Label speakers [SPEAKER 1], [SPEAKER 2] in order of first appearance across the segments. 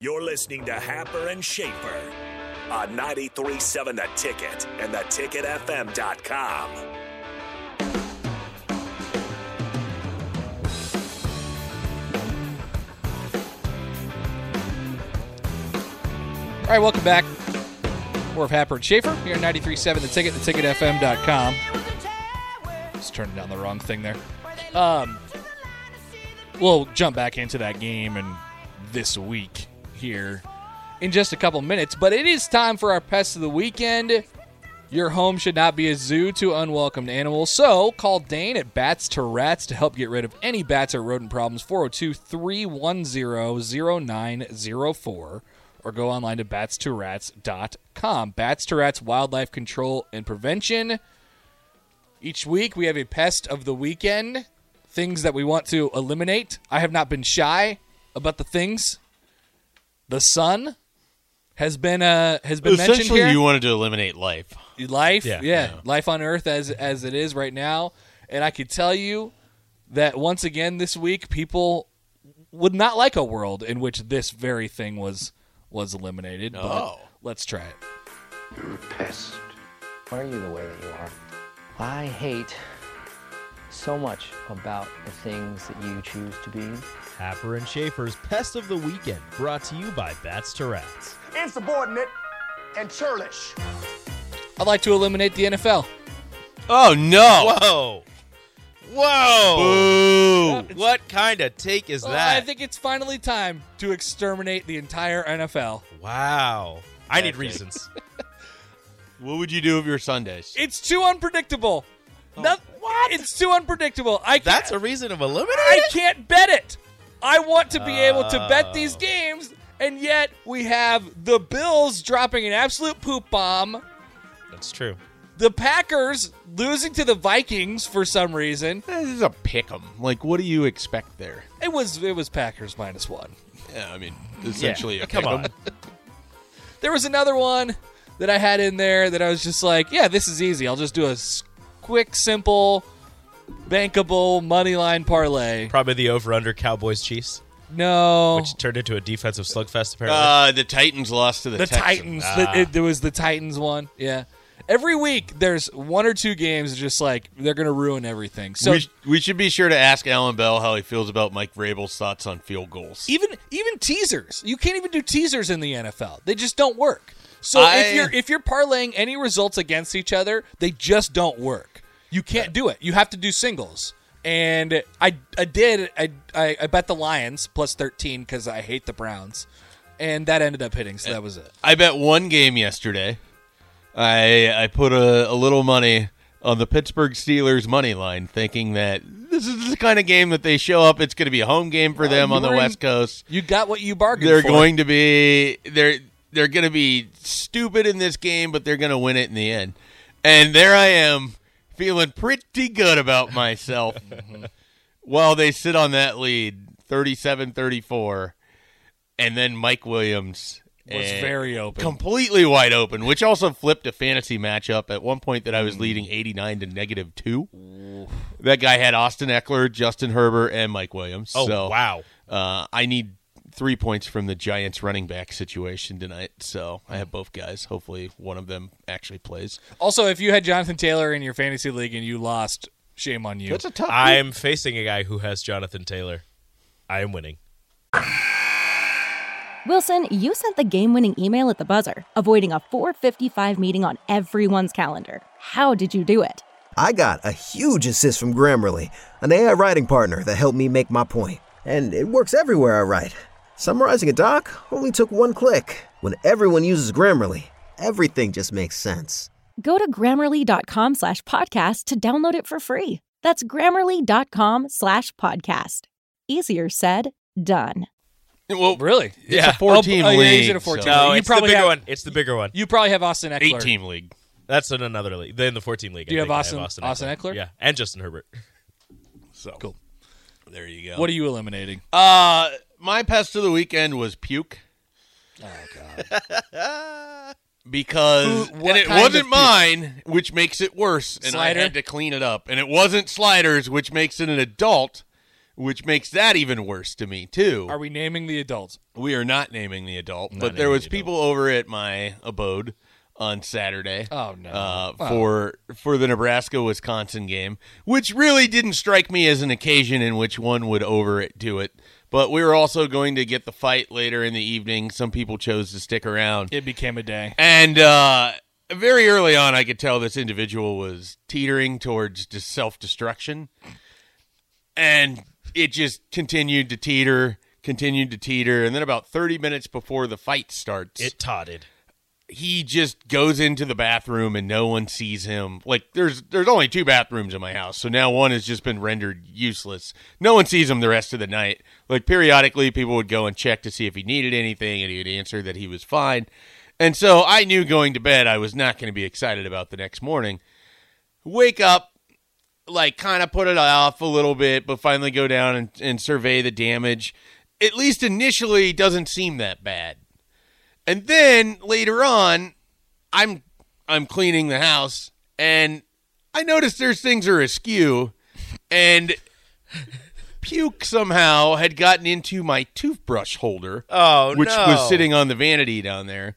[SPEAKER 1] You're listening to Happer and Schaefer on 937 The Ticket and theticketfm.com.
[SPEAKER 2] All right, welcome back. More of Happer and Schaefer here at 93.7 The Ticket, theticketfm.com. Just turned down the wrong thing there. Um, we'll jump back into that game and this week here in just a couple minutes, but it is time for our Pest of the Weekend. Your home should not be a zoo to unwelcomed animals, so call Dane at Bats to Rats to help get rid of any bats or rodent problems 402 310 0904 or go online to batstorats.com. Bats to Rats Wildlife Control and Prevention. Each week we have a pest of the weekend, things that we want to eliminate. I have not been shy about the things. The sun has been uh has been mentioned
[SPEAKER 3] Essentially,
[SPEAKER 2] here
[SPEAKER 3] you wanted to eliminate life.
[SPEAKER 2] life yeah,
[SPEAKER 3] Yeah.
[SPEAKER 2] life on earth as as it is right now and i could tell you that once again this week people would not like a world in which this very thing was was eliminated but
[SPEAKER 3] Oh.
[SPEAKER 2] let's try it
[SPEAKER 4] pest. Why are you the way that you are? I hate so much about the things that you choose to be.
[SPEAKER 5] Happer and Schaefer's Pest of the Weekend, brought to you by Bats to Rats.
[SPEAKER 6] insubordinate, and churlish.
[SPEAKER 2] i'd like to eliminate the nfl
[SPEAKER 3] Oh no!
[SPEAKER 7] Whoa. Whoa.
[SPEAKER 3] Boo!
[SPEAKER 7] What kind of take
[SPEAKER 5] Oh,
[SPEAKER 7] is
[SPEAKER 2] i
[SPEAKER 7] that?
[SPEAKER 2] think it's finally time to exterminate the entire nfl
[SPEAKER 7] wow. I need reasons.
[SPEAKER 3] What would you do if your Sundays?
[SPEAKER 2] it's too unpredictable
[SPEAKER 3] Oh.
[SPEAKER 2] Noth- it's too unpredictable i can't,
[SPEAKER 7] That's a reason of eliminating.
[SPEAKER 2] I can't bet it. I want to be able to bet these games, and yet we have the Bills dropping an absolute poop bomb,
[SPEAKER 7] That's true.
[SPEAKER 2] the Packers losing to the Vikings for some reason.
[SPEAKER 3] This is a pick 'em. Like, what do you expect there?
[SPEAKER 2] It was it was Packers minus one.
[SPEAKER 3] Yeah, I mean, essentially a
[SPEAKER 7] come
[SPEAKER 3] pick 'em.
[SPEAKER 7] on.
[SPEAKER 2] There was another one that I had in there that I was just like, yeah, this is easy. I'll just do a s- quick, simple, bankable money line parlay.
[SPEAKER 7] Probably the over under Cowboys Chiefs,
[SPEAKER 5] Oh.
[SPEAKER 2] No,
[SPEAKER 7] which turned into a defensive slugfest apparently.
[SPEAKER 3] Uh, the Titans lost to the,
[SPEAKER 2] the
[SPEAKER 3] Texans. Uh, Ah.
[SPEAKER 2] Titans. The, it, there was the Titans one. Yeah. Every week, there's one or two games just like they're gonna ruin everything. So
[SPEAKER 3] we, sh- we should be sure to ask Alan Bell how he feels about Mike Vrabel's thoughts on field goals.
[SPEAKER 2] even even teasers, you can't even do teasers in the NFL. They just don't work. So
[SPEAKER 3] I-
[SPEAKER 2] if you're if you're parlaying any results against each other, they just don't work. You can't do it. You have to do singles. And I I did I I, I bet the Lions plus thirteen because I hate the Browns, and that ended up hitting. So that was it.
[SPEAKER 3] I bet one game yesterday. I I put a, a little money on the Pittsburgh Steelers money line, thinking that this is the kind of game that they show up. It's going to be a home game for them
[SPEAKER 2] Uh, you
[SPEAKER 3] on the
[SPEAKER 2] were in-
[SPEAKER 3] West Coast.
[SPEAKER 2] You got what you bargained.
[SPEAKER 3] They're
[SPEAKER 2] for.
[SPEAKER 3] going to be they're they're going to be stupid in this game, but they're going to win it in the end. And there I am, feeling pretty good about myself
[SPEAKER 2] Mm-hmm.
[SPEAKER 3] while they sit on that lead 37-34 and then Mike Williams
[SPEAKER 2] Was
[SPEAKER 3] and
[SPEAKER 2] very open.
[SPEAKER 3] completely wide open, which also flipped a fantasy matchup at one point that I was
[SPEAKER 2] Mm.
[SPEAKER 3] leading 89 to negative two. That guy had Austin Eckler, Justin Herbert, and Mike Williams.
[SPEAKER 7] Oh,
[SPEAKER 3] so,
[SPEAKER 7] wow.
[SPEAKER 3] Uh, I need three points from the Giants running back situation tonight. So I have both guys. Hopefully, one of them actually plays.
[SPEAKER 2] Also, if you had Jonathan Taylor in your fantasy league and you lost, shame on you.
[SPEAKER 8] That's a tough.
[SPEAKER 7] I'm facing a guy who has Jonathan Taylor. I am winning.
[SPEAKER 9] Wilson, you sent the game-winning email at the buzzer, avoiding a 4:55 meeting on everyone's calendar. How did you do it?
[SPEAKER 8] I got a huge assist from Grammarly, an AI writing partner that helped me make my point. And it works everywhere I write. Summarizing a doc only took one click. When everyone uses Grammarly, everything just makes sense.
[SPEAKER 9] Go to grammarly.com slash podcast to download it for free. That's grammarly.com slash podcast. Easier said, done.
[SPEAKER 7] Oh.
[SPEAKER 3] Well,
[SPEAKER 2] Really?
[SPEAKER 3] Yeah.
[SPEAKER 2] It's a four
[SPEAKER 3] team
[SPEAKER 2] oh, yeah, he's
[SPEAKER 3] league,
[SPEAKER 2] in a four
[SPEAKER 3] so-
[SPEAKER 2] team.
[SPEAKER 7] No,
[SPEAKER 2] you
[SPEAKER 7] it's the
[SPEAKER 2] probably
[SPEAKER 7] bigger
[SPEAKER 2] have,
[SPEAKER 7] one. It's the bigger one.
[SPEAKER 2] You probably have Austin Eckler.
[SPEAKER 3] eight team league.
[SPEAKER 7] That's in another league. Then the 14 league.
[SPEAKER 2] Do you
[SPEAKER 7] I
[SPEAKER 2] have
[SPEAKER 7] think I
[SPEAKER 2] Austin- Austin Eckler?
[SPEAKER 7] Yeah, and Justin Herbert.
[SPEAKER 3] So cool. There you go.
[SPEAKER 2] What are you eliminating?
[SPEAKER 3] Uh, my pest of the weekend was puke. Oh God! because
[SPEAKER 2] Who- what
[SPEAKER 3] and it
[SPEAKER 2] kind of
[SPEAKER 3] wasn't
[SPEAKER 2] puke?
[SPEAKER 3] mine, which makes it worse, and
[SPEAKER 2] Slider?
[SPEAKER 3] I had to clean it up. And it wasn't sliders, which makes it an adult, which makes that even worse to me
[SPEAKER 7] Oh.
[SPEAKER 3] too.
[SPEAKER 2] Are we naming the adults?
[SPEAKER 3] we are not naming the adult, but
[SPEAKER 7] naming
[SPEAKER 3] there was
[SPEAKER 7] the
[SPEAKER 3] people over at my abode on Saturday.
[SPEAKER 2] Oh, no.
[SPEAKER 3] Uh,
[SPEAKER 2] Wow.
[SPEAKER 3] For for the Nebraska Wisconsin game, which really didn't strike me as an occasion in which one would over it do it. But we were also going to get the fight later in the evening. Some people chose to stick around,
[SPEAKER 2] It became a day.
[SPEAKER 3] and uh, very early on, I could tell this individual was teetering towards self destruction, and it just continued to teeter, continued to teeter, and then about thirty minutes before the fight starts,
[SPEAKER 7] It totted.
[SPEAKER 3] he just goes into the bathroom and no one sees him. Like there's there's only two bathrooms in my house, so now one has just been rendered useless. No one sees him the rest of the night. Like periodically people would go and check to see if he needed anything and he would answer that he was fine. And so I knew going to bed I was not going to be excited about the next morning. Wake up like kind of put it off a little bit, but finally go down and, and survey the damage. At least initially doesn't seem that bad. And then later on, I'm I'm cleaning the house and I noticed there's things are askew and puke somehow had gotten into my toothbrush holder
[SPEAKER 7] Oh,
[SPEAKER 3] which
[SPEAKER 7] no.
[SPEAKER 3] was sitting on the vanity down there.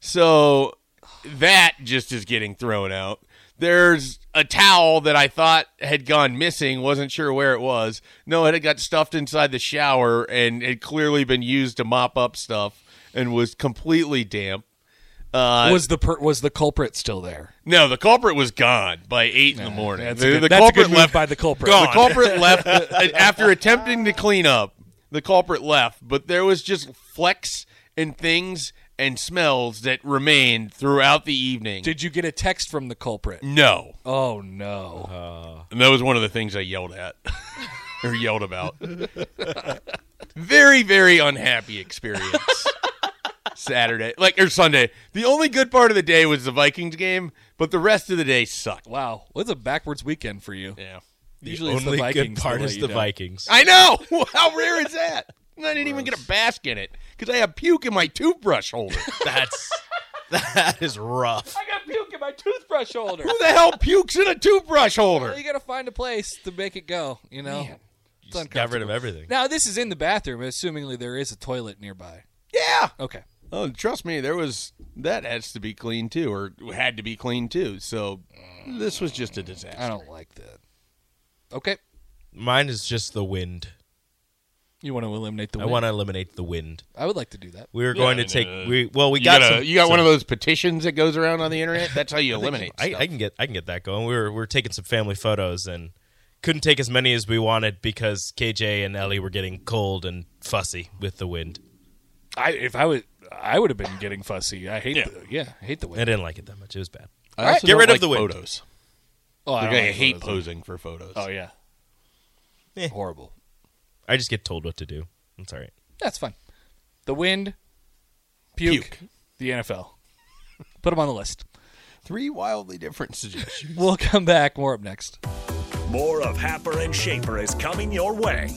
[SPEAKER 3] So that just is getting thrown out. There's a towel that I thought had gone missing, wasn't sure where it was. No, it had got stuffed inside the shower and had clearly been used to mop up stuff and was completely damp. Uh,
[SPEAKER 2] was the per- was the culprit still there?
[SPEAKER 3] no, the culprit was gone by eight in the morning.
[SPEAKER 2] That's
[SPEAKER 3] the,
[SPEAKER 2] a good,
[SPEAKER 3] the
[SPEAKER 2] that's a
[SPEAKER 3] culprit
[SPEAKER 2] good move
[SPEAKER 3] left
[SPEAKER 2] by the culprit.
[SPEAKER 3] the culprit left uh, after attempting to clean up. The culprit left, but there was just flecks and things and smells that remained throughout the
[SPEAKER 7] Mm.
[SPEAKER 3] evening.
[SPEAKER 2] Did you get a text from the culprit?
[SPEAKER 3] no,
[SPEAKER 2] Oh no.
[SPEAKER 3] and that was one of the things I yelled at or yelled about. very, very unhappy experience. Saturday, like or Sunday. The only good part of the day was the Vikings game, but the rest of the day sucked.
[SPEAKER 2] Wow. What's a backwards weekend for you?
[SPEAKER 3] Yeah.
[SPEAKER 2] Usually it's
[SPEAKER 7] Only
[SPEAKER 2] the Vikings
[SPEAKER 7] good
[SPEAKER 2] that
[SPEAKER 7] part
[SPEAKER 2] let
[SPEAKER 7] is
[SPEAKER 2] you
[SPEAKER 7] the
[SPEAKER 2] down.
[SPEAKER 7] Vikings.
[SPEAKER 3] I know. How rare is that? And I didn't even get a bask in it because I have puke in my toothbrush holder.
[SPEAKER 7] That's that is rough.
[SPEAKER 2] I got puke in my toothbrush holder.
[SPEAKER 3] Who the hell pukes in a toothbrush holder?
[SPEAKER 2] you gotta find a place to make it go. You know. It's
[SPEAKER 7] Just got rid of
[SPEAKER 2] uncomfortable.
[SPEAKER 7] everything.
[SPEAKER 2] Now this is in the bathroom. Assumingly there is a toilet nearby.
[SPEAKER 3] Yeah.
[SPEAKER 2] Okay.
[SPEAKER 3] Oh, trust me, there was that has to be cleaned too, or had to be cleaned too. So this was just a disaster.
[SPEAKER 2] I don't like that. Okay.
[SPEAKER 7] Mine is just the wind.
[SPEAKER 2] You want to eliminate the?
[SPEAKER 7] I want to eliminate the wind.
[SPEAKER 2] I would like to do that.
[SPEAKER 7] We were going
[SPEAKER 3] Yeah,
[SPEAKER 7] to take.
[SPEAKER 3] uh,
[SPEAKER 7] we well, we
[SPEAKER 3] You
[SPEAKER 7] got
[SPEAKER 3] got,
[SPEAKER 7] some-
[SPEAKER 3] a, you got
[SPEAKER 7] some-
[SPEAKER 3] one of those petitions that goes around on the internet. That's how you eliminate.
[SPEAKER 7] I,
[SPEAKER 3] stuff.
[SPEAKER 7] I can get I can get that going. We were we were taking some family photos and couldn't take as many as we wanted because KJ and Ellie were getting cold and fussy with the wind.
[SPEAKER 2] I if I would, I would have been getting fussy. I hate. Yeah. The, yeah. I hate the
[SPEAKER 7] I
[SPEAKER 2] wind.
[SPEAKER 7] didn't like it that much. It was bad.
[SPEAKER 3] I
[SPEAKER 2] All right,
[SPEAKER 3] also
[SPEAKER 7] get
[SPEAKER 3] don't
[SPEAKER 7] rid of
[SPEAKER 3] like
[SPEAKER 7] the wind.
[SPEAKER 3] photos.
[SPEAKER 2] Oh,
[SPEAKER 3] Like, I,
[SPEAKER 2] don't like
[SPEAKER 3] hate
[SPEAKER 2] those.
[SPEAKER 3] posing for photos.
[SPEAKER 2] Oh yeah.
[SPEAKER 7] Eh.
[SPEAKER 2] Horrible.
[SPEAKER 7] I just get told what to do. That's all right.
[SPEAKER 2] That's fine. The wind, puke,
[SPEAKER 3] Puke.
[SPEAKER 2] the NFL. Put them on the list.
[SPEAKER 3] Three wildly different suggestions.
[SPEAKER 2] We'll come back. More up next.
[SPEAKER 1] More of Happer and Schaefer is coming your way